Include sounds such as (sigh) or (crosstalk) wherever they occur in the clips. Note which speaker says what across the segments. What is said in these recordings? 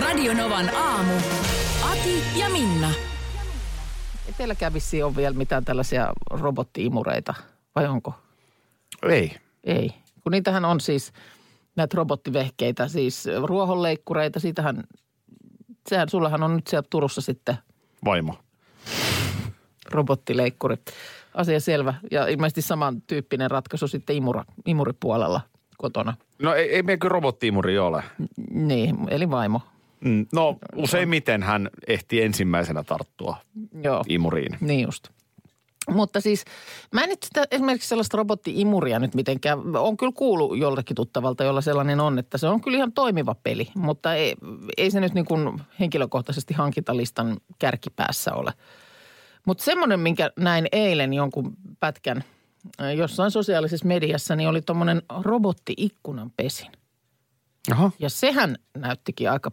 Speaker 1: Radionovan aamu. Ati ja Minna.
Speaker 2: Ei teilläkään vissiin ole vielä mitään tällaisia robottiimureita, vai onko?
Speaker 3: Ei.
Speaker 2: Ei. Kun niitähän on siis näitä robottivehkeitä, siis ruohonleikkureita, siitähän, sehän sullahan on nyt siellä Turussa sitten
Speaker 3: Vaimo.
Speaker 2: robottileikkuri. Asia selvä. Ja ilmeisesti samantyyppinen ratkaisu sitten imura, imuripuolella kotona.
Speaker 3: No ei, ei meillä kyllä robottiimuri ole.
Speaker 2: Niin, eli vaimo.
Speaker 3: Mm, No useimmiten hän ehti ensimmäisenä tarttua
Speaker 2: Joo.
Speaker 3: imuriin.
Speaker 2: Niin just. Mutta siis mä en nyt sitä esimerkiksi sellaista robottiimuria nyt mitenkään, on kyllä kuullut joltakin tuttavalta, jolla sellainen on, että se on kyllä ihan toimiva peli, mutta ei, ei se nyt niin kuin henkilökohtaisesti hankintalistan kärkipäässä ole. Mutta semmoinen, minkä näin eilen jonkun pätkän äh, jossain sosiaalisessa mediassa, niin oli tuommoinen robotti-ikkunan pesin.
Speaker 3: Aha.
Speaker 2: Ja sehän näyttikin aika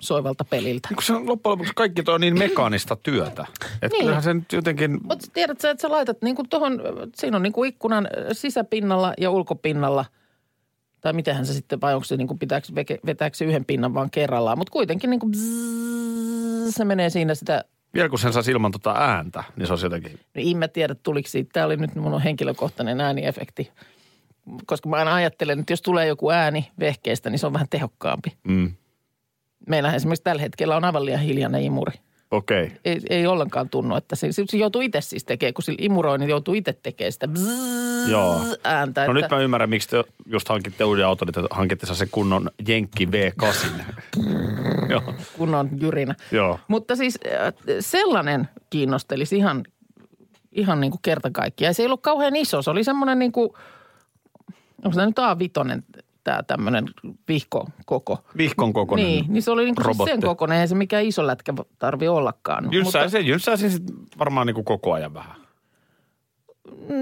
Speaker 2: soivalta peliltä.
Speaker 3: Kun se on loppujen lopuksi kaikki tuo niin mekaanista työtä. Että
Speaker 2: Niin.
Speaker 3: kyllähän se nyt jotenkin,
Speaker 2: Mutta tiedät sä, että sä laitat niinku tuohon, siinä on niinku ikkunan ö, sisäpinnalla ja ulkopinnalla, tai mitenhän se sitten, vai onko se niinku, pitääkö, veke- vetääkö se yhden pinnan vaan kerrallaan, mutta kuitenkin niinku bzzz, se menee siinä sitä,
Speaker 3: vielä kun sen saisi ilman tota ääntä, niin se olisi jotenkin,
Speaker 2: no en mä tiedä tuliko siitä, tämä oli nyt mun henkilökohtainen ääniefekti. Koska mä aina ajattelen, että jos tulee joku ääni vehkeestä, niin se on vähän tehokkaampi.
Speaker 3: mm,
Speaker 2: Meillähän esimerkiksi tällä hetkellä on aivan liian hiljainen imuri.
Speaker 3: okei. Okay.
Speaker 2: Ei, ei ollenkaan tunnu, että se, se joutuu itse siis tekemään, kun sillä imuroi, niin joutuu itse tekemään sitä bzzz
Speaker 3: Joo.
Speaker 2: ääntä.
Speaker 3: No
Speaker 2: että-
Speaker 3: nyt mä ymmärrän, miksi te just hankitte uuden auton, että hankitte sen kunnon Jenkki
Speaker 2: (laughs)
Speaker 3: V8. Joo.
Speaker 2: kun on jyrinä.
Speaker 3: Joo.
Speaker 2: Mutta siis äh, sellainen kiinnostelisi ihan, ihan niin kuin kerta kaikkiaan. Ja Se ei ollut kauhean iso, se oli semmoinen niin kuin, onko se nyt A5 tämä tämmöinen vihko koko.
Speaker 3: Vihkon kokoinen.
Speaker 2: Niin, niin se oli niin kuin siis sen
Speaker 3: robotti.
Speaker 2: kokoinen, ei se mikään iso lätkä tarvi ollakaan.
Speaker 3: Jynsää, mutta... se jynsää siis varmaan niin kuin koko ajan vähän.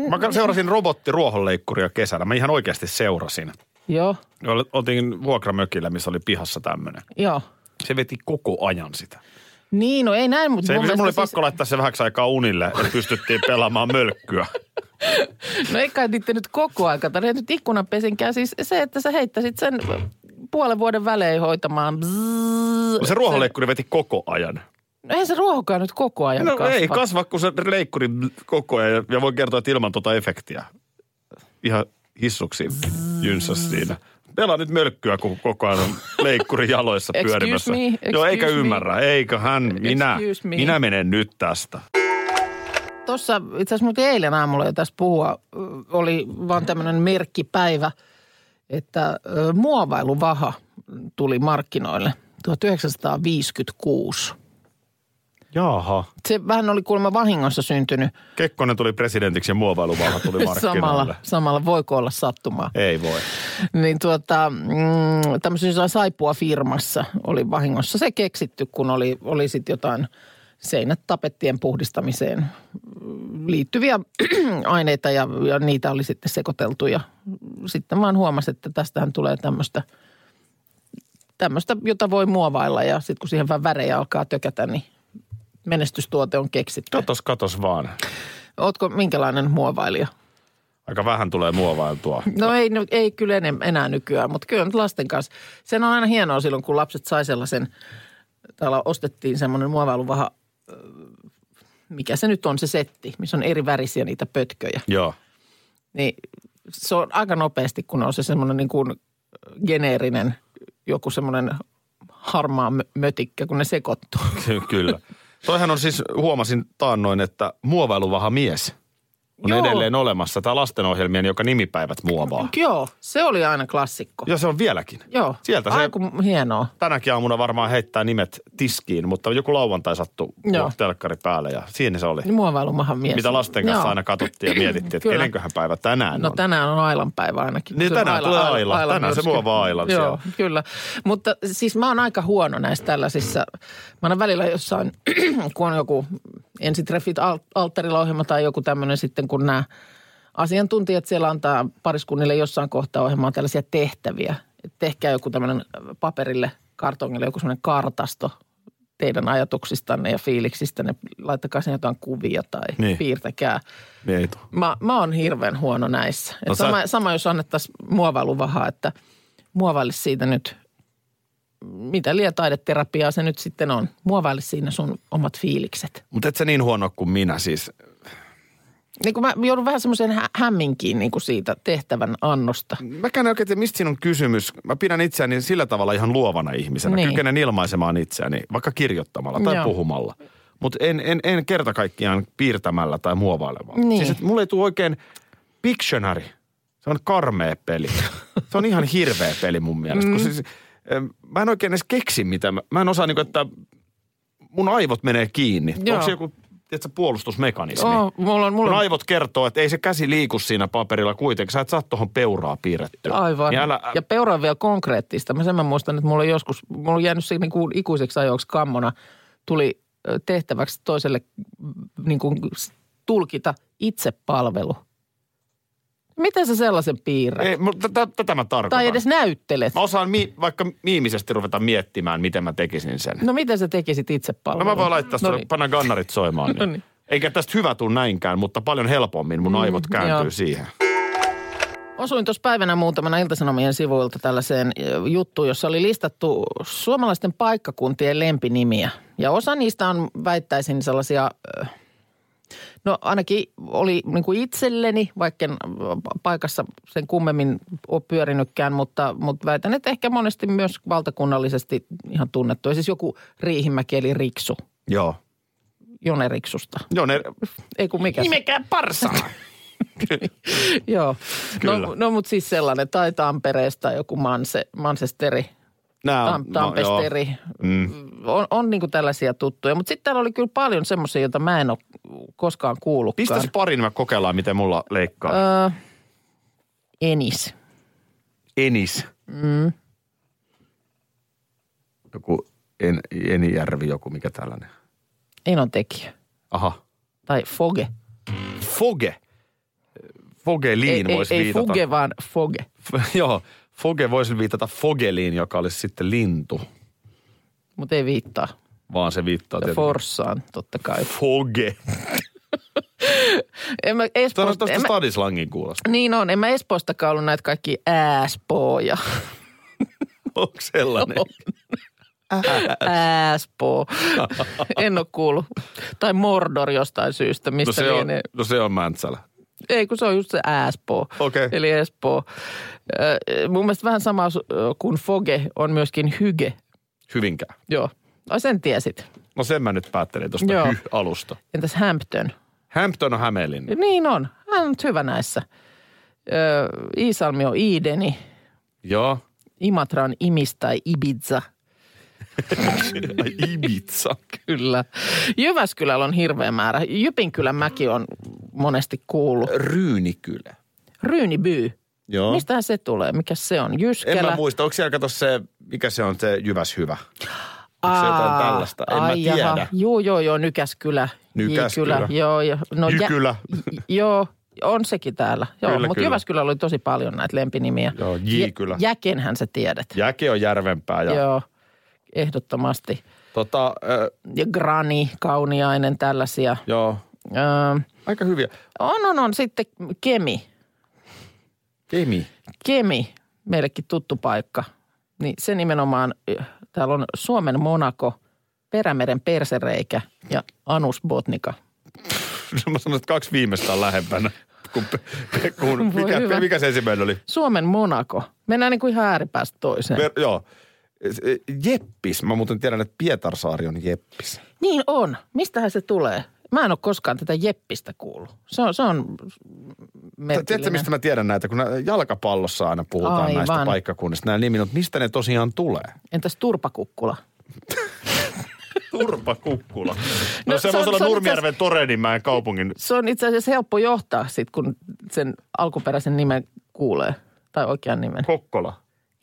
Speaker 3: Mä ka- seurasin robottiruohonleikkuria kesällä. Mä ihan oikeasti seurasin.
Speaker 2: Joo,
Speaker 3: Ol- Oltiin vuokramökillä, missä oli pihassa tämmöinen.
Speaker 2: joo.
Speaker 3: Se veti koko ajan sitä.
Speaker 2: Niin, no ei näin, mutta
Speaker 3: Se,
Speaker 2: mun
Speaker 3: se mulla oli
Speaker 2: mielestä siis-
Speaker 3: pakko laittaa se vähäksi aikaa unille, että pystyttiin pelaamaan mölkkyä.
Speaker 2: No ei kai niitä nyt koko aika, tai nyt ikkunanpesinkään. Siis se, että sä heittäisit sen puolen vuoden välein hoitamaan. bzzz.
Speaker 3: Se ruohonleikkuri veti koko ajan.
Speaker 2: No Eihän se ruohokaan nyt koko ajan
Speaker 3: No
Speaker 2: kasva.
Speaker 3: ei kasva, kun se leikkuri koko ajan. Ja voin kertoa, että ilman tota efektiä. Ihan hissuksiin jynsäs siinä. Pelaa nyt mölkkyä, kun koko ajan on leikkuri jaloissa
Speaker 2: Excuse
Speaker 3: pyörimässä.
Speaker 2: me,
Speaker 3: Joo,
Speaker 2: excuse
Speaker 3: eikä
Speaker 2: me.
Speaker 3: ymmärrä. Eikö hän, minä,
Speaker 2: Excuse me.
Speaker 3: minä menen nyt tästä.
Speaker 2: Tuossa itse asiassa muuten eilen aamulla jo tässä puhua, ö, oli vaan tämmöinen merkkipäivä, että ö, muovailuvaha tuli markkinoille 1956.
Speaker 3: Jaha.
Speaker 2: Se vähän oli kuulemma vahingossa syntynyt
Speaker 3: Kekkonen tuli presidentiksi ja muovailuvauva tuli
Speaker 2: (laughs)
Speaker 3: markkinoille.
Speaker 2: samalla, samalla voiko olla sattumaa.
Speaker 3: Ei voi.
Speaker 2: Niin tuota, mm, tämmöisessä saipua firmassa oli vahingossa se keksitty, kun oli, oli sitten jotain seinät tapettien puhdistamiseen mm, liittyviä (clears throat) aineita ja, ja niitä oli sitten sekoiteltu ja sitten vaan huomasi, että tästähän tulee tämmöistä, tämmöistä, jota voi muovailla ja sitten kun siihen vähän värejä alkaa tökätä, niin menestystuote on keksitty.
Speaker 3: Katos, katos vaan.
Speaker 2: Ootko minkälainen muovailija?
Speaker 3: Aika vähän tulee muovailtua.
Speaker 2: No ei, nyt- ei kyllä enem, enää nykyään, mutta kyllä nyt lasten kanssa. Sen on aina hienoa silloin, kun lapset sai sellaisen, täällä ostettiin semmoinen muovailuvaha, ö, mikä se nyt on se setti, missä on eri värisiä niitä pötköjä.
Speaker 3: Joo. (laughs)
Speaker 2: Niin se on aika nopeasti, kun on se semmoinen niin kuin geneerinen, joku semmoinen harmaa mö- mötikkä, kun ne sekoittuu.
Speaker 3: Ky- Kyllä. Toihan on siis, huomasin taannoin, että muovailuvaha mies on
Speaker 2: Joo.
Speaker 3: edelleen olemassa. Tämä lastenohjelmien, joka nimipäivät muovaa.
Speaker 2: Joo, se oli aina klassikko.
Speaker 3: Ja se on vieläkin.
Speaker 2: Joo.
Speaker 3: Sieltä se-
Speaker 2: Aiku, hienoa.
Speaker 3: Tänäkin aamuna varmaan heittää nimet tiskiin, mutta joku lauantai sattui
Speaker 2: Joo.
Speaker 3: telkkari päälle ja siinä se oli.
Speaker 2: Muovailumahan mies.
Speaker 3: Mitä lasten kanssa aina katsottiin
Speaker 2: (laughs)
Speaker 3: ja mietittiin, että
Speaker 2: Kyllä.
Speaker 3: kenenköhän päivä tänään
Speaker 2: No
Speaker 3: on.
Speaker 2: tänään on Ailan päivä ainakin.
Speaker 3: Niin,
Speaker 2: Se on
Speaker 3: tänään tulee Aila. Tänään se
Speaker 2: myrsky.
Speaker 3: muovaa Ailan
Speaker 2: Joo,
Speaker 3: siellä.
Speaker 2: kyllä. Mutta siis mä oon aika huono näissä tällaisissa. Mä aina välillä jossain, (clears throat) kun on joku ensitreffit al- alttarilla ohjelma tai joku tämmöinen sitten, kun nämä asiantuntijat siellä antaa pariskunnille jossain kohtaa ohjelmaa tällaisia tehtäviä. Et tehkää joku tämmöinen paperille, kartongille joku semmoinen kartasto teidän ajatuksistanne ja fiiliksistänne. Laittakaa sinne jotain kuvia tai
Speaker 3: Niin.
Speaker 2: niin. piirtäkää.
Speaker 3: Niin ei tuu.
Speaker 2: Mä, mä oon hirveän huono näissä.
Speaker 3: No
Speaker 2: No
Speaker 3: sä-
Speaker 2: sama, sama jos annettaisiin muovailuvahaa, että muovaili siitä nyt, mitä liian taideterapiaa se nyt sitten on. Muovaili siinä sun omat fiilikset.
Speaker 3: Mutta et se niin huono kuin minä siis.
Speaker 2: Niin kun mä joudun vähän semmoiseen hä- hämminkiin niin kuin siitä tehtävän annosta.
Speaker 3: Mäkään en oikein tiedä, mistä siinä on kysymys. Mä pidän itseäni sillä tavalla ihan luovana ihmisenä. Niin.
Speaker 2: Niin.
Speaker 3: Kykenen ilmaisemaan itseäni, vaikka kirjoittamalla tai Joo.
Speaker 2: Joo.
Speaker 3: puhumalla. Mutta en, en, en kerta kaikkiaan piirtämällä tai muovailemalla.
Speaker 2: Niin.
Speaker 3: Siis et mulle ei tule oikein Pictionary. Se on karmea
Speaker 2: (laughs)
Speaker 3: peli. Se on ihan hirveä peli mun mielestä. Mm. Kun siis, em, mä en oikein edes keksi mitä. Mä, mä en osaa niinku, että mun aivot menee kiinni. Joo.
Speaker 2: Joo.
Speaker 3: Onko se joku tiedätkö, puolustusmekanismi?
Speaker 2: Oh, mulla on,
Speaker 3: Mun
Speaker 2: mulla on
Speaker 3: aivot kertoo, että ei se käsi liiku siinä paperilla kuitenkin. Sä et saa tuohon peuraa piirrettyä.
Speaker 2: Aivan.
Speaker 3: Niin älä,
Speaker 2: Ja peura on vielä konkreettista. Mä sen mä muistan, että mulla on joskus, mulla on jäänyt se niin kuin ikuiseksi ajoiksi kammona, tuli ö, tehtäväksi toiselle mm, niin kuin s- tulkita itsepalvelu. Miten sä sellaisen piirrät?
Speaker 3: ei, mut tätä, tätä mä tarkoitan.
Speaker 2: tai edes näyttelet.
Speaker 3: Mä osaan mi- vaikka miimisesti ruveta miettimään, miten mä tekisin sen.
Speaker 2: No miten sä tekisit
Speaker 3: No
Speaker 2: itsepalvelun?
Speaker 3: mä voin
Speaker 2: no,
Speaker 3: laittaa sulle,
Speaker 2: niin.
Speaker 3: panna gannarit soimaan. Niin.
Speaker 2: No niin.
Speaker 3: Eikä tästä hyvä tuu näinkään, mutta paljon helpommin mun aivot kääntyy
Speaker 2: Mm, joo.
Speaker 3: siihen.
Speaker 2: Osuin tuossa päivänä muutamana iltasanomien sivuilta tällaiseen ö, juttuun, jossa oli listattu suomalaisten paikkakuntien lempinimiä. Ja osa niistä on, väittäisin, sellaisia, ö, no ainakin oli niin kuin itselleni, vaikka en ö, paikassa sen kummemmin ole pyörinytkään, mutta, mutta väitän, että ehkä monesti myös valtakunnallisesti ihan tunnettu. Siis joku Riihimäki eli Riksu,
Speaker 3: Joo.
Speaker 2: Jone Riksusta.
Speaker 3: Joo, ne,
Speaker 2: Ei kun mikä se-
Speaker 3: nimekää parsaa.
Speaker 2: Joo.
Speaker 3: Kyllä.
Speaker 2: No, no mutta siis sellainen, tai Tampereesta joku manse, Mansesteri,
Speaker 3: Nää,
Speaker 2: Tam, Tampesteri.
Speaker 3: no Mm.
Speaker 2: on, on niin tällaisia tuttuja, mutta sitten täällä oli kyllä paljon semmoisia, joita mä en ole koskaan kuullutkaan.
Speaker 3: Pistäs parin, mä kokeillaan, miten mulla leikkaa. Ö...
Speaker 2: Öö, Enis.
Speaker 3: Enis. Mm. Joku en, Enijärvi, joku mikä tällainen.
Speaker 2: Enon tekijä.
Speaker 3: Aha.
Speaker 2: Tai Foge.
Speaker 3: Foge. Fogeliin
Speaker 2: ei,
Speaker 3: voisi
Speaker 2: ei, ei
Speaker 3: Niin viitata.
Speaker 2: Fuge, vaan Foge.
Speaker 3: F- (laughs) joo, Foge voisi viitata Fogeliin, joka olisi sitten lintu,
Speaker 2: Mutta ei viittaa.
Speaker 3: vaan se viittaa
Speaker 2: Ja Forssaan, totta kai.
Speaker 3: Foge.
Speaker 2: En mä,
Speaker 3: Tämä on
Speaker 2: Espoo,
Speaker 3: tästä
Speaker 2: en mä, (laughs)
Speaker 3: stadislangin kuulosta.
Speaker 2: niin on, en mä Espoostakaan ollut näitä kaikki ääspoo ja
Speaker 3: Onko sellainen?
Speaker 2: ääspoo. en ole kuullut. Tai Mordor jostain syystä,
Speaker 3: No
Speaker 2: mistä
Speaker 3: se on,
Speaker 2: lienee.
Speaker 3: no se on Mäntsälä.
Speaker 2: Ei, kun se on just se Espoo.
Speaker 3: Okei.
Speaker 2: Eli Espoo. Ö, Mun mielestä vähän sama su- ö, kuin Foge on myöskin Hyge.
Speaker 3: Hyvinkään.
Speaker 2: Joo. Ai sen tiesit.
Speaker 3: No sen mä nyt päättelin tuosta
Speaker 2: Joo.
Speaker 3: alusta.
Speaker 2: Entäs Hampton?
Speaker 3: Hampton on Hämeenlinna.
Speaker 2: Niin on. Hän on nyt hyvä näissä. Ö, Iisalmi on Iideni.
Speaker 3: Joo.
Speaker 2: Imatra on Imis tai Ibiza.
Speaker 3: (laughs) Ai, Ibiza.
Speaker 2: Kyllä. Jyväskylällä on hirveä määrä. Jypinkylän mäki on monesti kuullut.
Speaker 3: Ryynikylä.
Speaker 2: Ryynibyy.
Speaker 3: Joo.
Speaker 2: Mistähän se tulee? Mikä se on?
Speaker 3: No. En
Speaker 2: Jyskelä?
Speaker 3: mä muista, onko siellä kato se, mikä se on se Jyväshyvä?
Speaker 2: Aa,
Speaker 3: se jotain tällaista? En mä
Speaker 2: ai jaha.
Speaker 3: tiedä.
Speaker 2: Joo, joo, joo, Nykäskylä.
Speaker 3: Nykäskylä.
Speaker 2: Jykylä, Joo, joo. No, jä-
Speaker 3: Jykylä.
Speaker 2: j- joo, on sekin täällä. Joo,
Speaker 3: Kyllä,
Speaker 2: mutta
Speaker 3: kyllä.
Speaker 2: Jyväskylä oli tosi paljon näitä lempinimiä.
Speaker 3: Joo, Jykylä.
Speaker 2: Jä- Jäkenhän sä tiedät.
Speaker 3: Jäke on järvempää ja
Speaker 2: Joo, ehdottomasti.
Speaker 3: tota, ö,
Speaker 2: Ja Grani, Kauniainen, tällaisia.
Speaker 3: joo,
Speaker 2: Öö,
Speaker 3: aika hyviä.
Speaker 2: on, on, on. Sitten Kemi.
Speaker 3: Kemi.
Speaker 2: Kemi, meillekin tuttu paikka. Niin se nimenomaan, ö, täällä on Suomen Monaco, Perämeren persereikä ja Anus Botnica.
Speaker 3: No (laughs) mä sanon, että kaksi viimeistä on lähempänä. Kun, pe- kun,
Speaker 2: Voi
Speaker 3: mikä,
Speaker 2: hyvä.
Speaker 3: mikä se ensimmäinen oli?
Speaker 2: Suomen Monaco. Mennään niin kuin ihan ääripäästä toiseen.
Speaker 3: Ver, joo. E- Jeppis. Mä muuten tiedän, että Pietarsaari on Jeppis.
Speaker 2: niin on. Mistähän se tulee? Mä en ole koskaan tätä Jeppistä kuullut. Se on, se on
Speaker 3: Tiedätkö,
Speaker 2: merkillinen.
Speaker 3: mistä mä tiedän näitä? Kun nä- jalkapallossa aina puhutaan
Speaker 2: Aivan.
Speaker 3: näistä paikkakunnista, nämä nimi, mutta mistä ne tosiaan tulee?
Speaker 2: Entäs turpakukkula?
Speaker 3: Turpakukkula. No,
Speaker 2: No,
Speaker 3: se
Speaker 2: se on-
Speaker 3: voisi olla
Speaker 2: se on
Speaker 3: Nurmijärven Toreninmäen kaupungin.
Speaker 2: Se on itse asiassa helppo johtaa sit, kun sen alkuperäisen nimen kuulee. Tai oikean nimen.
Speaker 3: Kokkola.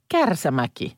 Speaker 2: Kärsämäki.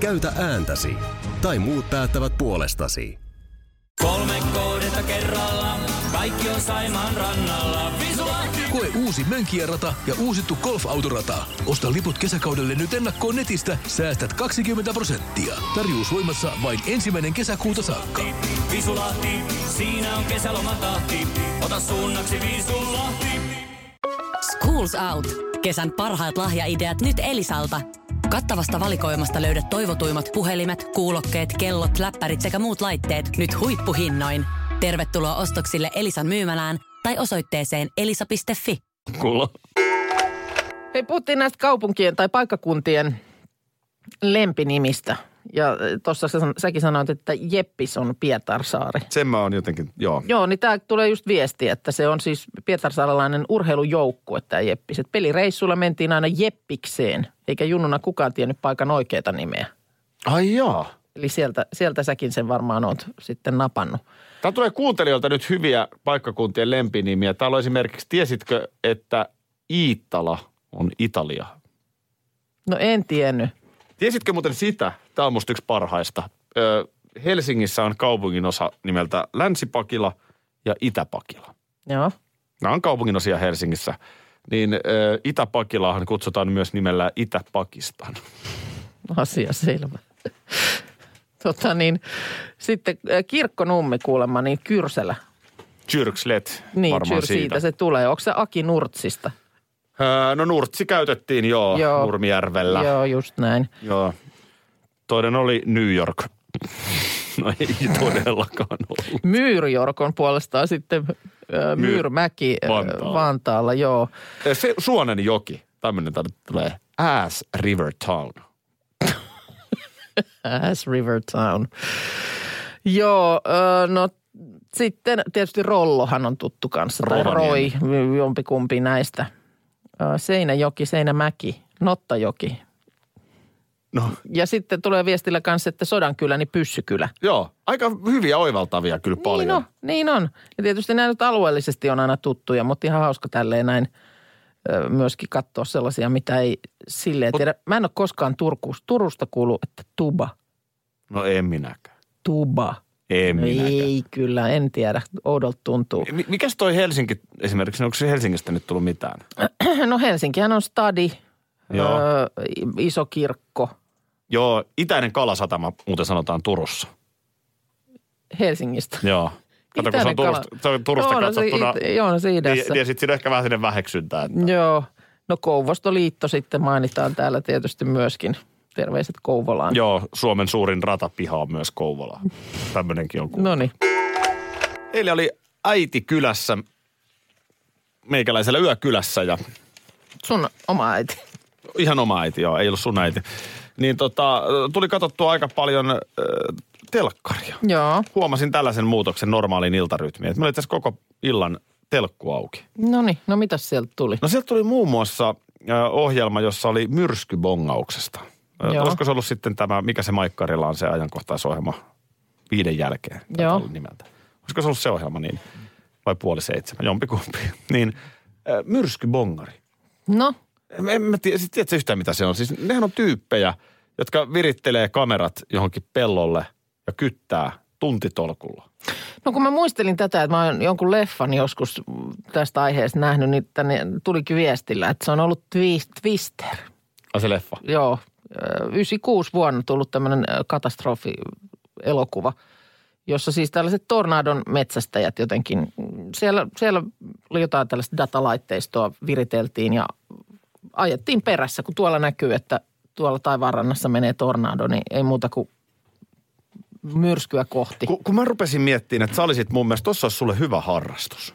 Speaker 4: Käytä ääntäsi. Tai muut päättävät puolestasi.
Speaker 5: Kolme kohdetta kerralla, kaikki on Saimaan rannalla. Visulahti!
Speaker 6: Koe uusi Mönkijärata ja uusittu golfautorata. Osta liput kesäkaudelle nyt ennakkoon netistä, säästät 20 prosenttia. Tarjous voimassa vain ensimmäinen kesäkuuta saakka.
Speaker 5: Visulahti, siinä on kesälomatahti. Ota suunnaksi Visulahti.
Speaker 1: Schools Out. Kesän parhaat lahjaideat nyt Elisalta. Kattavasta valikoimasta löydät toivotuimmat puhelimet, kuulokkeet, kellot, läppärit sekä muut laitteet nyt huippuhinnoin. Tervetuloa ostoksille Elisan myymälään tai osoitteeseen elisa.fi.
Speaker 3: Kulla.
Speaker 2: Hei, puhuttiin näistä kaupunkien tai paikkakuntien lempinimistä. Ja tuossa sä, säkin sanoit, että Jeppis on Pietarsaari.
Speaker 3: Sen mä oon jotenkin, joo.
Speaker 2: Joo, niin tämä tulee just viesti, että se on siis Pietarsaaralainen urheilujoukkue tämä Jeppis. Et pelireissulla mentiin aina Jeppikseen, eikä junnuna kukaan tiennyt paikan oikeita nimeä.
Speaker 3: Ai joo.
Speaker 2: Eli sieltä, sieltä säkin sen varmaan oot sitten napannut.
Speaker 3: Täällä tulee kuuntelijoilta nyt hyviä paikkakuntien lempinimiä. Täällä on esimerkiksi, tiesitkö, että Iittala on Italia?
Speaker 2: No en tiennyt.
Speaker 3: Tiesitkö muuten sitä? Tämä on musta yksi parhaista. Ö, Helsingissä on kaupungin osa nimeltä Länsipakila ja Itäpakila.
Speaker 2: Joo.
Speaker 3: Nämä on kaupunginosia Helsingissä. Niin ö, Itäpakilahan kutsutaan myös nimellä Itäpakistan.
Speaker 2: Asia selvä. (laughs) Tota niin, sitten äh, kirkkonummi kuulemma, niin Kyrsälä.
Speaker 3: Jyrkslet
Speaker 2: Niin,
Speaker 3: varmaan
Speaker 2: Kyr, siitä. se tulee. Onko se Aki Nurtsista?
Speaker 3: Öö, no Nurtsi käytettiin joo, joo.
Speaker 2: Joo.
Speaker 3: Nurmijärvellä. Joo.
Speaker 2: Joo, just näin.
Speaker 3: joo. Toinen oli New York. (laughs) No ei todellakaan ollut.
Speaker 2: Myyrjork on puolestaan sitten äh, Myyrmäki äh,
Speaker 3: Vantaalla.
Speaker 2: Vantaalla, joo.
Speaker 3: Eh, Se, Suonen joki, tämmöinen tänne tulee. Ass River Town.
Speaker 2: Ass Äh, River Town. Joo, äh, no sitten tietysti Rollohan on tuttu kanssa. Tai Roi,
Speaker 3: Rovaniemi.
Speaker 2: jompikumpi näistä. Äh, Seinäjoki, Seinämäki, Nottajoki.
Speaker 3: No
Speaker 2: Ja sitten tulee viestillä kanssa, että Sodankylä, niin Pyssykylä.
Speaker 3: joo, aika hyviä oivaltavia kyllä paljon.
Speaker 2: Niin on, niin on. Ja tietysti nämä nyt alueellisesti on aina tuttuja, mutta ihan hauska tälleen näin ö, myöskin katsoa sellaisia, mitä ei silleen tiedä. Mä en ole koskaan Turkuus, Turusta kuullut, että tuba,
Speaker 3: No en minäkään.
Speaker 2: tuba.
Speaker 3: En
Speaker 2: No
Speaker 3: minäkään.
Speaker 2: ei kyllä, en tiedä. Oudolta tuntuu.
Speaker 3: Mi- Niin. Mikäs toi Helsinki esimerkiksi, onko se Helsingistä nyt tullut mitään?
Speaker 2: No Helsinkihän on stadi,
Speaker 3: Joo.
Speaker 2: Ö, i- iso kirkko.
Speaker 3: Joo, itäinen kalasatama muuten sanotaan Turussa.
Speaker 2: Helsingistä.
Speaker 3: Joo. Kato, kun se on
Speaker 2: Itäinen kala-
Speaker 3: Turusta, se on Turusta
Speaker 2: Joo, no se
Speaker 3: katsottuna.
Speaker 2: it- Joo, no se
Speaker 3: Niin,
Speaker 2: idässä.
Speaker 3: niin sitten siinä on ehkä vähän sinne väheksyntää. Että.
Speaker 2: Joo. No Kouvostoliitto sitten mainitaan täällä tietysti myöskin. Terveiset Kouvolaan.
Speaker 3: Joo, Suomen suurin ratapiha on myös Kouvola. Tämmöinenkin on. No.
Speaker 2: No niin.
Speaker 3: Eilen oli äiti kylässä, meikäläisellä yökylässä ja
Speaker 2: Sun oma äiti.
Speaker 3: ihan oma äiti, joo, ei ollut sun äiti. Niin tota, tuli katsottua aika paljon äh, telkkaria.
Speaker 2: Joo.
Speaker 3: Huomasin tällaisen muutoksen normaaliin iltarytmiin. että Meillä oli tässä koko illan telkku auki.
Speaker 2: No niin, no mitä sieltä tuli?
Speaker 3: No sieltä tuli muun muassa äh, ohjelma, jossa oli myrskybongauksesta. Äh,
Speaker 2: Joo.
Speaker 3: Olisiko se ollut sitten tämä, mikä se Maikkarilla on se ajankohtaisohjelma viiden jälkeen? taitaa
Speaker 2: Joo.
Speaker 3: olla nimeltä. Olisiko se ollut se ohjelma niin? Vai puoli seitsemän, jompikumpi. (laughs) Niin, äh, myrskybongari.
Speaker 2: No,
Speaker 3: En, en mä tiedä, siis tiedätkö yhtään mitä se on? Siis nehän on tyyppejä, jotka virittelee kamerat johonkin pellolle ja kyttää tuntitolkulla.
Speaker 2: no kun mä muistelin tätä, että mä oon jonkun leffan joskus tästä aiheesta nähnyt, niin tänne tulikin viestillä, että se on ollut twi- Twister.
Speaker 3: Ai se leffa.
Speaker 2: Joo, ö, 96 vuonna tullut tämmöinen ö, katastrofielokuva, jossa siis tällaiset tornadon metsästäjät jotenkin mm, siellä, siellä oli jotain tällaista datalaitteistoa, viriteltiin ja ajettiin perässä, kun tuolla näkyy, että tuolla taivaanrannassa menee tornado, niin ei muuta kuin myrskyä kohti.
Speaker 3: Kun, kun mä rupesin miettimään, että sä olisit mun mielestä, tossa olisi sulle hyvä harrastus.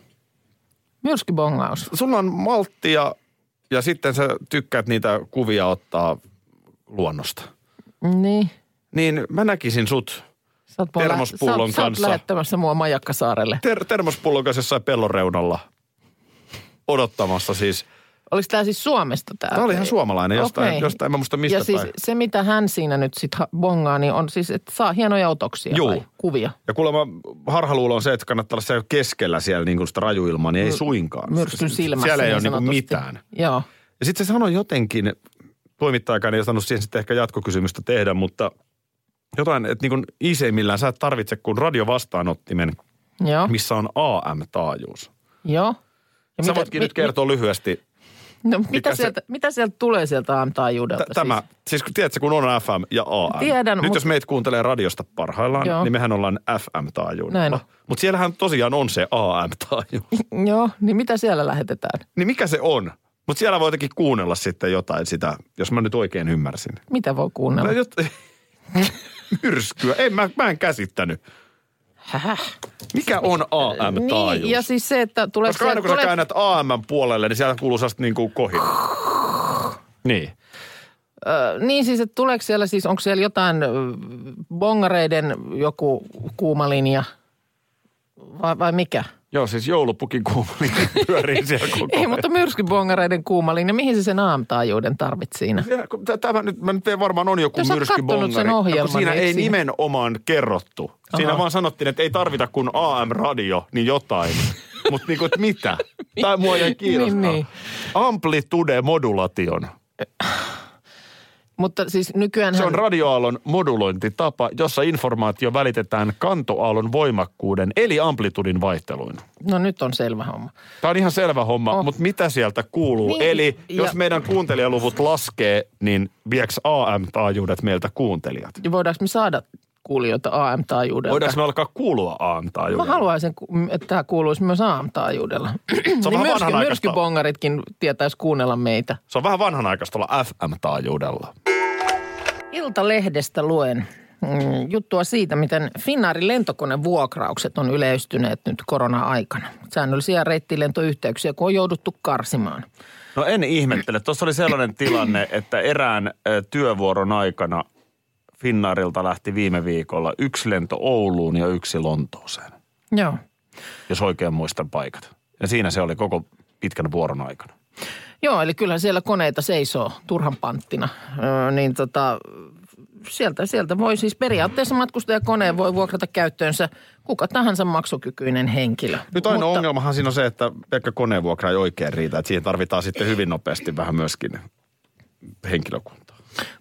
Speaker 2: Myrskybongaus.
Speaker 3: Sulla on malttia ja sitten sä tykkäät niitä kuvia ottaa luonnosta.
Speaker 2: Niin.
Speaker 3: Niin mä näkisin sut
Speaker 2: Sä oot mua lä-
Speaker 3: Termospullon
Speaker 2: sä oot- Sä
Speaker 3: kanssa.
Speaker 2: oot lähettämässä mua Majakkasaarelle.
Speaker 3: ter- termospullon kanssa jossain pellon reunalla odottamassa siis.
Speaker 2: Oliko tämä siis Suomesta tämä?
Speaker 3: Tämä oli ihan suomalainen jostain,
Speaker 2: Okei.
Speaker 3: okay. jostain, mä muista mistä
Speaker 2: Ja siis
Speaker 3: päin.
Speaker 2: se, mitä hän siinä nyt sitten bongaa, niin on siis, että saa hienoja otoksia
Speaker 3: Juu.
Speaker 2: vai kuvia.
Speaker 3: Ja kuulemma harhaluulo on se, että kannattaa olla siellä keskellä siellä niin kuin sitä rajuilmaa, niin ei suinkaan.
Speaker 2: Myrskyn silmässä.
Speaker 3: Siellä ei
Speaker 2: niin
Speaker 3: ole niin kuin
Speaker 2: sanotusti.
Speaker 3: mitään.
Speaker 2: Joo.
Speaker 3: Ja sitten se sanoi jotenkin, toimittajakaan ei osannut siihen sitten ehkä jatkokysymystä tehdä, mutta jotain, että niin kuin iseimmillään sä et tarvitse kuin radiovastaanottimen,
Speaker 2: Joo.
Speaker 3: missä on AM-taajuus.
Speaker 2: Joo. No. Ja
Speaker 3: Sä voitkin nyt kertoa lyhyesti
Speaker 2: Mi, no, mitä,
Speaker 3: se-
Speaker 2: sieltä, mitä sieltä tulee sieltä AM-taajuudelta?
Speaker 3: T- Tämä, siis, siis kun tiedätkö, kun on FM ja AM.
Speaker 2: Tiedän,
Speaker 3: Nyt
Speaker 2: mut-
Speaker 3: jos meitä kuuntelee radiosta parhaillaan,
Speaker 2: Joo.
Speaker 3: niin mehän ollaan
Speaker 2: Näin on.
Speaker 3: FM-taajuudella. Mutta siellähän tosiaan on se AM-taajuus.
Speaker 2: (laughs) Siis? Joo, niin mitä siellä lähetetään?
Speaker 3: niin mikä se on? Mutta siellä voi jotenkin kuunnella sitten jotain sitä, jos mä nyt oikein ymmärsin.
Speaker 2: Mitä voi
Speaker 3: No.
Speaker 2: kuunnella?
Speaker 3: Jot... (laughs) Myrskyä. En, mä, mä en käsittänyt.
Speaker 2: Häh?
Speaker 3: Mikä on AM-taajuus?
Speaker 2: Niin, ja siis se, että tulee...
Speaker 3: Koska aina kun sä käännät AM-puolelle, niin siellä kuuluu sellaista niin kuin kohina. niin.
Speaker 2: Ö, niin siis, että tuleeko siellä siis, onko siellä jotain ö, bongareiden joku kuuma linja vai, vai mikä?
Speaker 3: Joo, siis joulupukin kuumali (laughs) pyörii siellä koko
Speaker 2: Ei,
Speaker 3: ajan.
Speaker 2: mutta myrskybongareiden kuuma linja, mihin se sen aam-taajuuden tarvit siinä?
Speaker 3: Ja kun tä- Tämä nyt, mä nyt teen varmaan on joku
Speaker 2: No sä oot
Speaker 3: myrskybongari.
Speaker 2: kattonut sen
Speaker 3: Ja kun
Speaker 2: ohjelman,
Speaker 3: siinä
Speaker 2: niin eikö
Speaker 3: ei
Speaker 2: siinä-
Speaker 3: nimenomaan kerrottu. Siinä
Speaker 2: Aha.
Speaker 3: vaan sanottiin, että ei tarvita kuin AM-radio, niin jotain. Mutta niinku, että
Speaker 2: (laughs)
Speaker 3: mitä? Tämä mua ei kiinnostaa.
Speaker 2: Niin, niin.
Speaker 3: Amplitude modulation.
Speaker 2: Mutta siis nykyään
Speaker 3: Se on radioaallon modulointitapa, jossa informaatio välitetään kantoaallon voimakkuuden eli amplitudin vaihteluin.
Speaker 2: No nyt on selvä homma.
Speaker 3: Tämä on ihan selvä homma,
Speaker 2: Oh.
Speaker 3: oh. mutta mitä sieltä kuuluu?
Speaker 2: Niin,
Speaker 3: Niin, eli jos
Speaker 2: ja-
Speaker 3: meidän kuuntelijaluvut laskee, niin vieks AM-taajuudet meiltä kuuntelijat?
Speaker 2: Ja voidaanko me saada kuulijoita AM-taajuudelta?
Speaker 3: Voidaanko me alkaa kuulua AM-taajuudella?
Speaker 2: Mä haluaisin, ku- että tämä kuuluisi myös AM-taajuudella.
Speaker 3: vähän
Speaker 2: niin myrsky,
Speaker 3: vanhanaikaista.
Speaker 2: myrskybongaritkin tietäisi kuunnella meitä.
Speaker 3: Se on vähän vanhanaikaista olla FM-taajuudella.
Speaker 2: Iltalehdestä luen mm, juttua siitä, miten Finnaarin lentokonevuokraukset on yleistyneet nyt korona-aikana. Säännöllisiä reittilentoyhteyksiä, kun on jouduttu karsimaan.
Speaker 3: No en ihmettele. Tuossa oli sellainen tilanne, että erään ö, työvuoron aikana Finnaarilta lähti viime viikolla yksi lento Ouluun ja yksi Lontooseen,
Speaker 2: Joo.
Speaker 3: jos oikein muistan paikat. Ja siinä se oli koko pitkän vuoron aikana.
Speaker 2: Joo, eli kyllä siellä koneita seisoo turhan panttina. Öö, niin tota, sieltä, sieltä voi siis periaatteessa matkustajakoneen voi vuokrata käyttöönsä kuka tahansa maksukykyinen henkilö.
Speaker 3: Nyt ainoa
Speaker 2: Mutta-
Speaker 3: ongelmahan siinä on se, että pelkkä koneenvuokra ei oikein riitä. Että siihen tarvitaan sitten hyvin nopeasti vähän myöskin henkilökuntaa.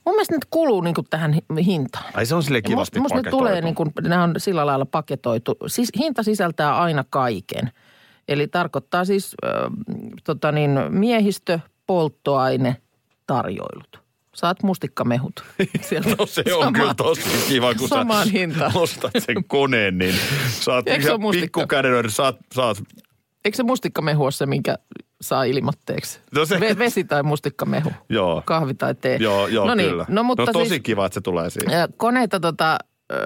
Speaker 2: Mun mielestä nyt kuluu niin kuin tähän hi- hintaan.
Speaker 3: Ai se on sille
Speaker 2: Ja must-
Speaker 3: kivasti
Speaker 2: musta ne tulee,
Speaker 3: paketoitu.
Speaker 2: niin kuin, nämä on sillä lailla paketoitu. Siis, hinta sisältää aina kaiken. Eli tarkoittaa siis äh, tota niin, miehistö, polttoaine, tarjoilut. Saat
Speaker 3: (laughs)
Speaker 2: mustikkamehut. Siellä
Speaker 3: No se on
Speaker 2: samat-
Speaker 3: kyllä tosi kiva, kun
Speaker 2: samaan
Speaker 3: sä
Speaker 2: hintaan.
Speaker 3: ostat sen koneen, niin saat
Speaker 2: Eikö se
Speaker 3: ihan
Speaker 2: ole mustikka?
Speaker 3: pikkukädenöiden, saat, saat
Speaker 2: Eikö se mustikkamehu ole se, minkä saa ilmoitteeksi?
Speaker 3: No se-
Speaker 2: Ve- Vesi tai mustikkamehu.
Speaker 3: Joo.
Speaker 2: Kahvi tai tee.
Speaker 3: Joo, joo,
Speaker 2: no niin.
Speaker 3: kyllä.
Speaker 2: No, mutta
Speaker 3: no tosi
Speaker 2: siis,
Speaker 3: kiva, että se tulee siihen.
Speaker 2: Ö, Koneita tota, ö,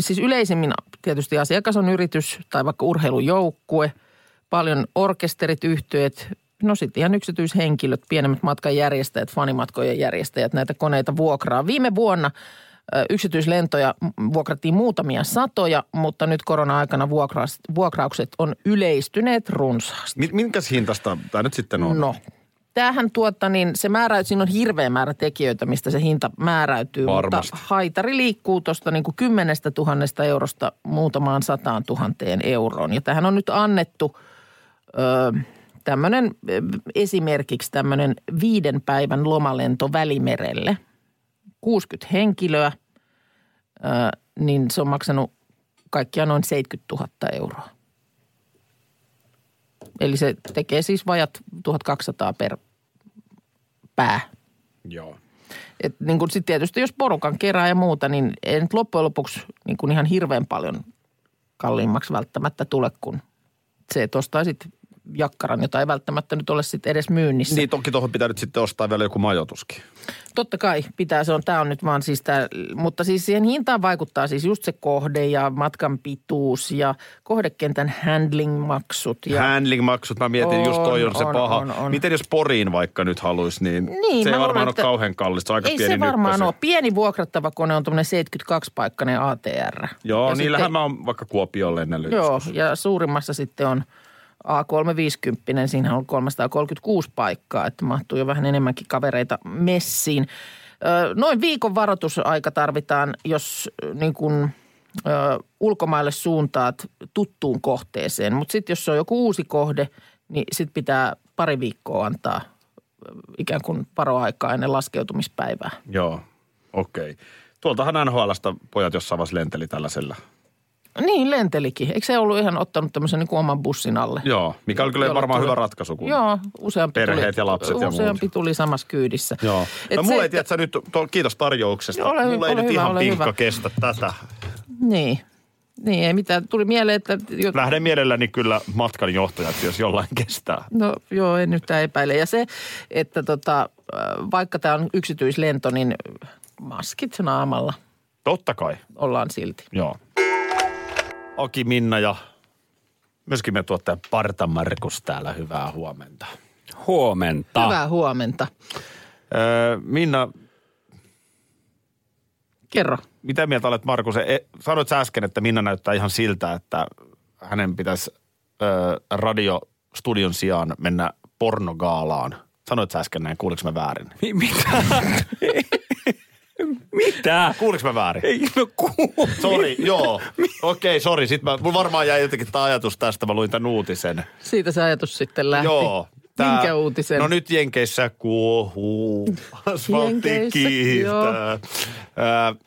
Speaker 2: siis yleisimmin tietysti asiakas on yritys tai vaikka urheilujoukkue, paljon orkesterit, yhtyeet, no sitten ihan yksityishenkilöt, pienemmät matkanjärjestäjät, fanimatkojen järjestäjät näitä koneita vuokraa. Viime vuonna ö, yksityislentoja m- vuokrattiin muutamia satoja, mutta nyt korona-aikana vuokras- vuokraukset on yleistyneet runsaasti.
Speaker 3: Mi- Minkäs hintasta tämä nyt sitten on?
Speaker 2: No, tämähän tuota niin, se määräyt, siinä on hirveä määrä tekijöitä, mistä se hinta määräytyy.
Speaker 3: Varmasti.
Speaker 2: Mutta haitari liikkuu tuosta niin kuin kymmenestä tuhannesta eurosta muutamaan sataan tuhanteen euroon. Ja tähän on nyt annettu ö, tämmöinen ö, esimerkiksi tämmöinen viiden päivän lomalento Välimerelle. 60 henkilöä, ö, niin se on maksanut kaikkiaan noin 70 000 euroa. Eli se tekee siis vajat 1200 per pää.
Speaker 3: Joo.
Speaker 2: Et niin kun sit tietysti jos porukan kerää ja muuta, niin ei nyt loppujen lopuksi niin kun ihan hirveän paljon kalliimmaksi välttämättä tule kuin itse, että ostaisit jakkaran, jota ei välttämättä nyt ole sitten edes myynnissä.
Speaker 3: Niin toki tuohon pitää nyt sitten ostaa vielä joku majoituskin.
Speaker 2: Totta kai pitää, se on, tämä on nyt vaan siis tää, mutta siis siihen hintaan vaikuttaa siis just se kohde ja matkan pituus ja kohdekentän handling-maksut. Ja,
Speaker 3: Handling-maksut, mä mietin on, just toi on, se
Speaker 2: on,
Speaker 3: paha.
Speaker 2: on, on.
Speaker 3: Miten jos Poriin vaikka nyt haluaisi, niin,
Speaker 2: Niin,
Speaker 3: se ei
Speaker 2: mä luulen,
Speaker 3: varmaan
Speaker 2: että-
Speaker 3: ole kauhean kallista. Se on aika
Speaker 2: ei
Speaker 3: pieni
Speaker 2: se varmaan
Speaker 3: nykkösen.
Speaker 2: ole. Pieni vuokrattava kone on tuommoinen 72-paikkainen ATR.
Speaker 3: Joo,
Speaker 2: ja
Speaker 3: niillähän mä oon vaikka Kuopioon lennellyt.
Speaker 2: Joo, ja suurimmassa sitten on A350, siinä on 336 paikkaa, että mahtuu jo vähän enemmänkin kavereita messiin. Ö, Noin viikon varoitusaika tarvitaan, jos ö, niin kuin, ö, ulkomaille suuntaat tuttuun kohteeseen. Mutta sitten jos se on joku uusi kohde, niin sitten pitää pari viikkoa antaa ö, ikään kuin paroaikaa ennen laskeutumispäivää.
Speaker 3: Joo, okei. Okay. Tuoltahan NHLsta pojat jossain vaiheessa lenteli tällaisella.
Speaker 2: Niin, lentelikin. Eikö se ollut ihan ottanut tämmöisen niin oman bussin alle?
Speaker 3: Joo, mikä oli kyllä
Speaker 2: Jolla
Speaker 3: varmaan
Speaker 2: tuli-
Speaker 3: hyvä ratkaisu. Kun...
Speaker 2: Joo, useampi
Speaker 3: Perheet
Speaker 2: tuli,
Speaker 3: ja lapset ja muut.
Speaker 2: Useampi tuli samassa kyydissä.
Speaker 3: Joo.
Speaker 2: Et
Speaker 3: no mulla
Speaker 2: se,
Speaker 3: ei, tiedä, nyt, to, kiitos tarjouksesta.
Speaker 2: Joo, ole hy-
Speaker 3: mulla ei
Speaker 2: ole
Speaker 3: nyt
Speaker 2: hyvä,
Speaker 3: ihan
Speaker 2: ole
Speaker 3: pinkka
Speaker 2: hyvä.
Speaker 3: kestä tätä.
Speaker 2: Niin. Niin, ei mitään. Tuli mieleen, että... Jo,
Speaker 3: Lähden mielelläni kyllä matkan johtajaksi, jos jollain kestää.
Speaker 2: no joo, en nyt epäile. Ja se, että tota, äh, vaikka tämä on yksityislento, niin maskit naamalla
Speaker 3: Totta kai,
Speaker 2: ollaan silti.
Speaker 3: joo. Aki, Minna ja myöskin me tuottaja Parta Markus täällä, hyvää huomenta.
Speaker 5: Huomenta.
Speaker 2: Hyvää huomenta.
Speaker 3: Öö, Minna,
Speaker 2: Kerro.
Speaker 3: mitä mieltä olet Markus? E- Sanoit sä äsken, että Minna näyttää ihan siltä, että hänen pitäisi ö, radiostudion sijaan mennä pornogaalaan. Sanoit sä äsken näin, kuuliko mä väärin?
Speaker 5: Mi- mitä? (laughs) mitä?
Speaker 3: Kuuliko mä väärin?
Speaker 5: Ei, no kuul.
Speaker 3: Sori, joo.
Speaker 5: (laughs)
Speaker 3: Okei, sori. Sitten mä, mulla varmaan jäi jotenkin tämä ajatus tästä, mä luin tämän uutisen.
Speaker 2: Siitä se ajatus sitten lähti.
Speaker 3: Joo. tää-
Speaker 2: Minkä uutisen?
Speaker 3: No nyt Jenkeissä kuohuu. Asfaltti
Speaker 2: Jenkeissä,
Speaker 3: kiihtää. Ö,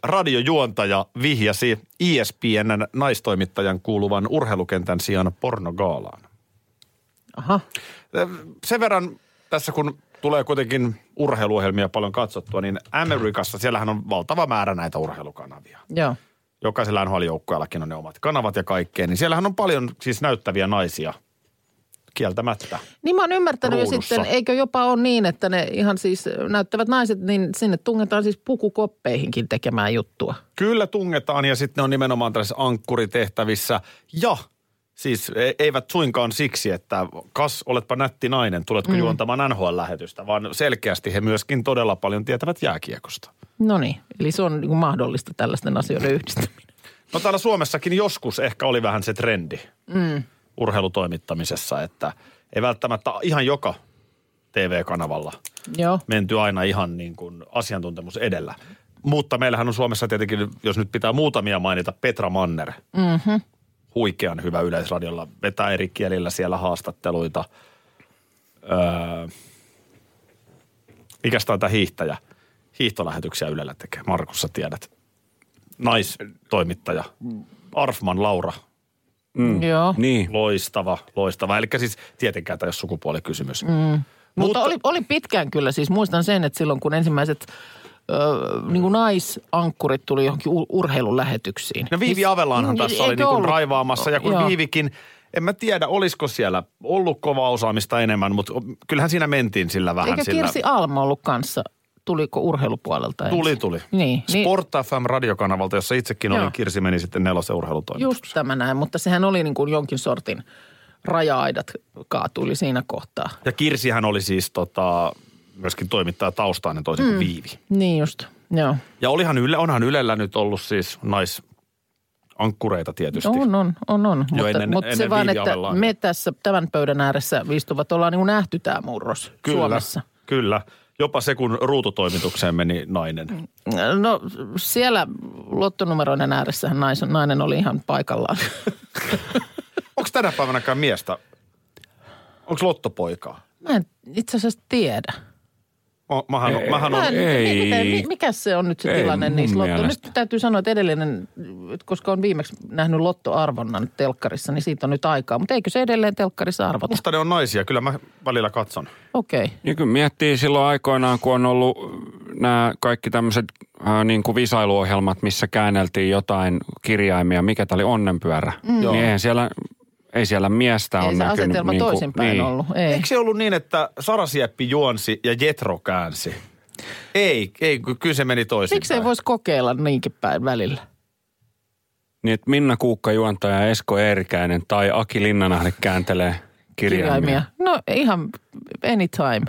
Speaker 3: Radiojuontaja vihjasi E ESPNn naistoimittajan kuuluvan urheilukentän sijaan pornogaalaan.
Speaker 2: Aha.
Speaker 3: Ö, Sen verran tässä kun tulee kuitenkin urheiluohjelmia paljon katsottua, niin Amerikassa siellähän on valtava määrä näitä urheilukanavia
Speaker 2: Joo.
Speaker 3: jokaisella NHL-joukkueellakin on ne omat kanavat ja kaikkea, niin siellähän on paljon siis näyttäviä naisia kieltämättä.
Speaker 2: Niin mä oon ymmärtänyt ja
Speaker 3: Ruudussa.
Speaker 2: sitten, eikö jopa ole niin, että ne ihan siis näyttävät naiset, niin sinne tungetaan siis pukukoppeihinkin tekemään juttua.
Speaker 3: Kyllä tungetaan ja sitten ne on nimenomaan tällaisissa ankkuritehtävissä ja siis e- eivät suinkaan siksi, että kas oletpa nätti nainen, tuletko mm. juontamaan NHL-lähetystä, vaan selkeästi he myöskin todella paljon tietävät jääkiekosta.
Speaker 2: No niin, eli se on niin mahdollista tällaisten asioiden yhdistäminen.
Speaker 3: No täällä Suomessakin joskus ehkä oli vähän se trendi mm. urheilutoimittamisessa, että ei välttämättä ihan joka TV-kanavalla –
Speaker 2: (laughs) Joo.
Speaker 3: menty aina ihan niin kuin asiantuntemus edellä. Mutta meillähän on Suomessa tietenkin, jos nyt pitää muutamia mainita, Petra Manner. Mm-hmm. Huikean hyvä yleisradiolla, vetää eri kielillä siellä haastatteluita. Öö, mikäs tää on tämä hiihtäjä? Hiihtolähetyksiä Ylellä tekee, Markus sä tiedät. Naistoimittaja. Arfman Laura,
Speaker 2: Mm. Joo. Niin,
Speaker 5: Niin.
Speaker 3: loistava, loistava. Eli siis tietenkään tämä ei ole sukupuolikysymys. Mm.
Speaker 2: mutta oli, oli pitkään kyllä, siis muistan sen, että silloin kun ensimmäiset ö, niin kuin naisankkurit tuli johonkin u- urheilulähetyksiin.
Speaker 3: No Viivi Avelaanhan tässä oli
Speaker 2: eikö
Speaker 3: niin
Speaker 2: Mm, ollut?
Speaker 3: raivaamassa ja kun
Speaker 2: Joo.
Speaker 3: Viivikin, en mä tiedä olisiko siellä ollut kovaa osaamista enemmän, mutta kyllähän siinä mentiin sillä vähän
Speaker 2: Eikö
Speaker 3: sillä.
Speaker 2: Kirsi Alma ollut kanssa? Tuliko urheilupuolelta
Speaker 3: Tuli,
Speaker 2: ensin?
Speaker 3: tuli.
Speaker 2: Niin, niin-
Speaker 3: Sport FM radiokanavalta, jossa itsekin
Speaker 2: Joo.
Speaker 3: olin, Kirsi meni sitten nelosen urheilutoimintaan.
Speaker 2: Just tämä näin, mutta sehän oli niin kuin jonkin sortin raja-aidat kaatuli siinä kohtaa.
Speaker 3: Ja Kirsihän oli siis tota, myöskin toimittaja taustainen toisin kuin Viivi.
Speaker 2: Niin just, joo.
Speaker 3: Ja olihan yle, onhan Ylellä nyt ollut siis naisankkureita tietysti.
Speaker 2: On, on, on, on.
Speaker 3: Jo
Speaker 2: mutta,
Speaker 3: ennen-
Speaker 2: mutta se
Speaker 3: ennen
Speaker 2: vaan,
Speaker 3: Viivi
Speaker 2: että
Speaker 3: Avelaan.
Speaker 2: me tässä tämän pöydän ääressä istuvat ollaan niin kuin nähty tämä murros
Speaker 3: Kyllä,
Speaker 2: Suomessa.
Speaker 3: Kyllä. Jopa se, kun ruututoimitukseen meni nainen.
Speaker 2: No siellä lottonumeroiden ääressä nais, nainen oli ihan paikallaan. (laughs)
Speaker 3: Onko tänä päivänäkään miestä? Onko lottopoikaa?
Speaker 2: Mä en itse asiassa tiedä.
Speaker 3: Mä, mähän, on- mähän
Speaker 2: Mä
Speaker 3: on,
Speaker 2: en,
Speaker 5: Ei.
Speaker 2: mitä- mi- mikä se on nyt se
Speaker 5: Ei
Speaker 2: tilanne
Speaker 5: mun
Speaker 2: niissä lotto?
Speaker 5: mielestä.
Speaker 2: Nyt täytyy sanoa, että edellinen, että koska on viimeksi nähnyt lottoarvonnan telkkarissa, niin siitä on nyt aikaa. Mutta eikö se edelleen telkkarissa arvota?
Speaker 3: musta ne on naisia, kyllä mä välillä katson.
Speaker 2: Okei. Okay.
Speaker 5: Niin kun miettii silloin aikoinaan, kun on ollut nämä kaikki tämmöiset äh, niin kuin visailuohjelmat, missä käänneltiin jotain kirjaimia, mikä tämä oli onnenpyörä, mm. niin eihän siellä ei siellä miestä
Speaker 2: Ei
Speaker 5: on
Speaker 2: se
Speaker 5: näkynyt.
Speaker 2: asetelma
Speaker 5: niinku-
Speaker 2: toisinpäin
Speaker 5: niin.
Speaker 2: ollut. Ei.
Speaker 3: Eikö se ollut niin, että Sarasieppi juonsi ja Jetro käänsi? Ei, ei, ky- kyllä se meni toisin.
Speaker 2: Miksi ei voisi kokeilla niinkin päin välillä?
Speaker 5: Niin, että Minna Kuukka juontaja Esko Eerikäinen tai Aki Linnanahde kääntelee kirjaimia. kirjaimia.
Speaker 2: No ihan anytime.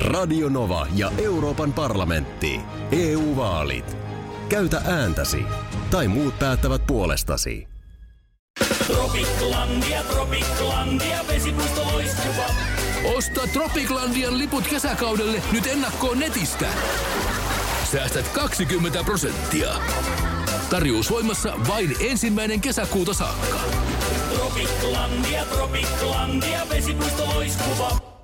Speaker 4: Radio Nova ja Euroopan parlamentti. EU-vaalit. Käytä ääntäsi. Tai muut päättävät puolestasi.
Speaker 6: Osta Tropiklandian liput kesäkaudelle nyt ennakkoon netistä. Säästät 20 prosenttia. Tarjous voimassa vain ensimmäinen kesäkuuta saakka. Tropiklandia, Tropiklandia, vesipuisto loiskuva.